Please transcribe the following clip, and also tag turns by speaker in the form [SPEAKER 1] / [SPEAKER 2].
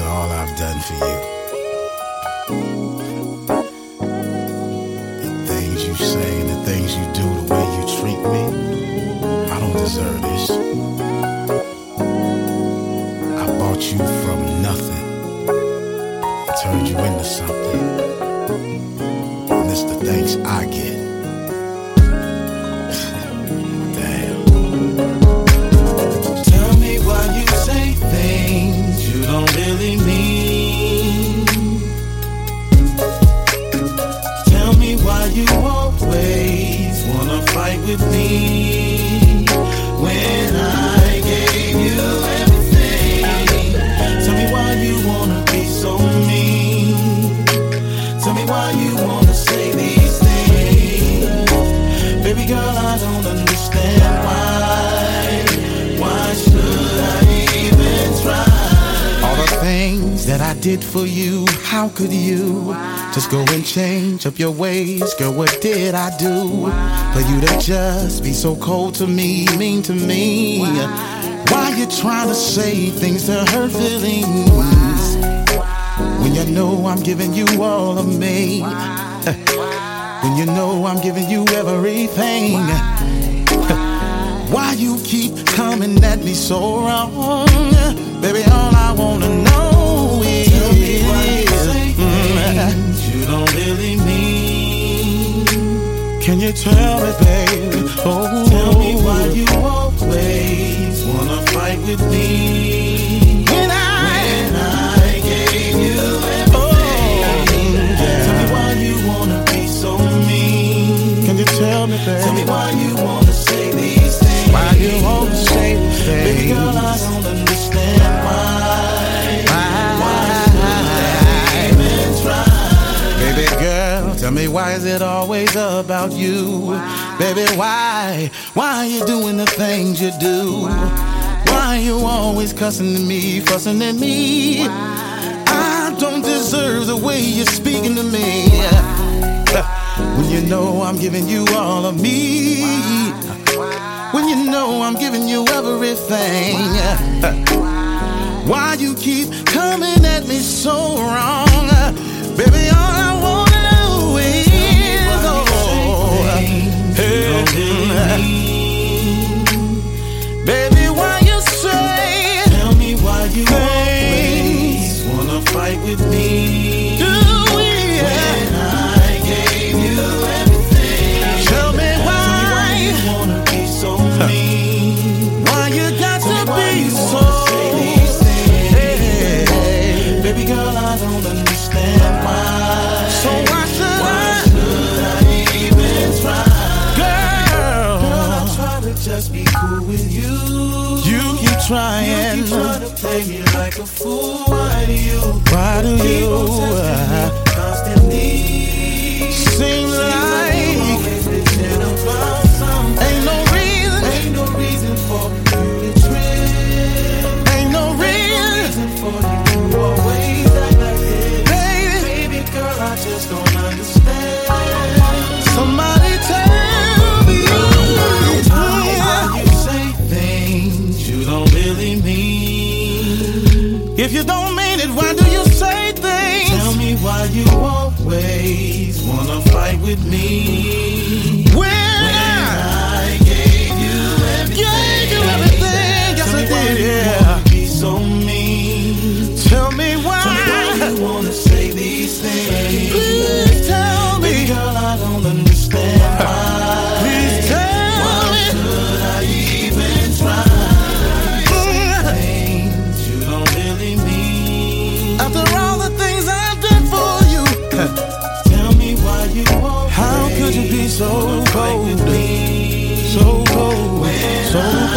[SPEAKER 1] all I've done for you. The things you say and the things you do, the way you treat me, I don't deserve this. I bought you from nothing and turned you into something. And it's the thanks I get. Damn. Tell me why you say things you don't really mean. Tell me why you always wanna fight with me when I gave you everything. Tell me why you wanna be so mean. Tell me why you wanna say these things. Baby girl, I don't understand why. Why should I even try? All the things that I did for you, how could you just go and change up your ways? Girl, what did I do for you to just be so cold to me, mean to me? Why you trying to say things to hurt feelings? When you know I'm giving you all of me. When you know I'm giving you everything. Why you keep coming at me so wrong? Baby, all I wanna know mm-hmm. is Tell me why you say things you don't really mean. Can you tell me, baby? Oh, tell me why you always wanna fight with me. When I, Oh. when I gave you everything. Tell me why you wanna be so mean. Can you tell me, baby? Tell me why you wanna say these things. Why you wanna say these things? Baby girl, I don't understand why. Why should I even try? Baby girl, tell me why is it always about you? Baby, why? Why are you doing the things you do? Why you always cussing at me, fussing at me? I don't deserve the way you're speaking to me. When you know I'm giving you all of me. When you know I'm giving you everything. Why you keep coming at me so wrong? Baby, all I wanna do is oh, hey, Baby, why you say Tell me why you always wanna fight with me Do it When I gave you everything Tell me why Tell me why you wanna be so mean Why you got Tell to me why be you so wanna say these things. Hey. Baby girl, I don't understand why So why should why I should I even try Girl Girl, I try to just be cool with you you keep trying. You keep trying to play me like a fool. Why do you? Why do keep you? on testing me Constantly. Seem like you always bitching about something. Ain't no reason. Ain't no reason for you to trip. Ain't no reason for you to always act like this. Baby, baby girl, I just don't understand. Somebody tell me. Why you say things you don't really mean. If you don't mean it, why do you say things? Tell me why you always wanna fight with me. When, I, gave you everything, gave you everything, yes
[SPEAKER 2] Tell me
[SPEAKER 1] I
[SPEAKER 2] why
[SPEAKER 1] did.
[SPEAKER 2] you
[SPEAKER 1] yeah.
[SPEAKER 2] wanna be so mean.
[SPEAKER 1] Tell me why.
[SPEAKER 2] Tell me why you wanna say these things.
[SPEAKER 1] Please tell me.
[SPEAKER 2] Baby girl, I don't understand why.
[SPEAKER 1] Please tell me.
[SPEAKER 2] Should I even try?
[SPEAKER 1] Mm.
[SPEAKER 2] Things you don't really mean.
[SPEAKER 1] After all the things I did for you,
[SPEAKER 2] Tell me why you always
[SPEAKER 1] how could you be so
[SPEAKER 2] wanna fight
[SPEAKER 1] cold?
[SPEAKER 2] with me?
[SPEAKER 1] So cold, so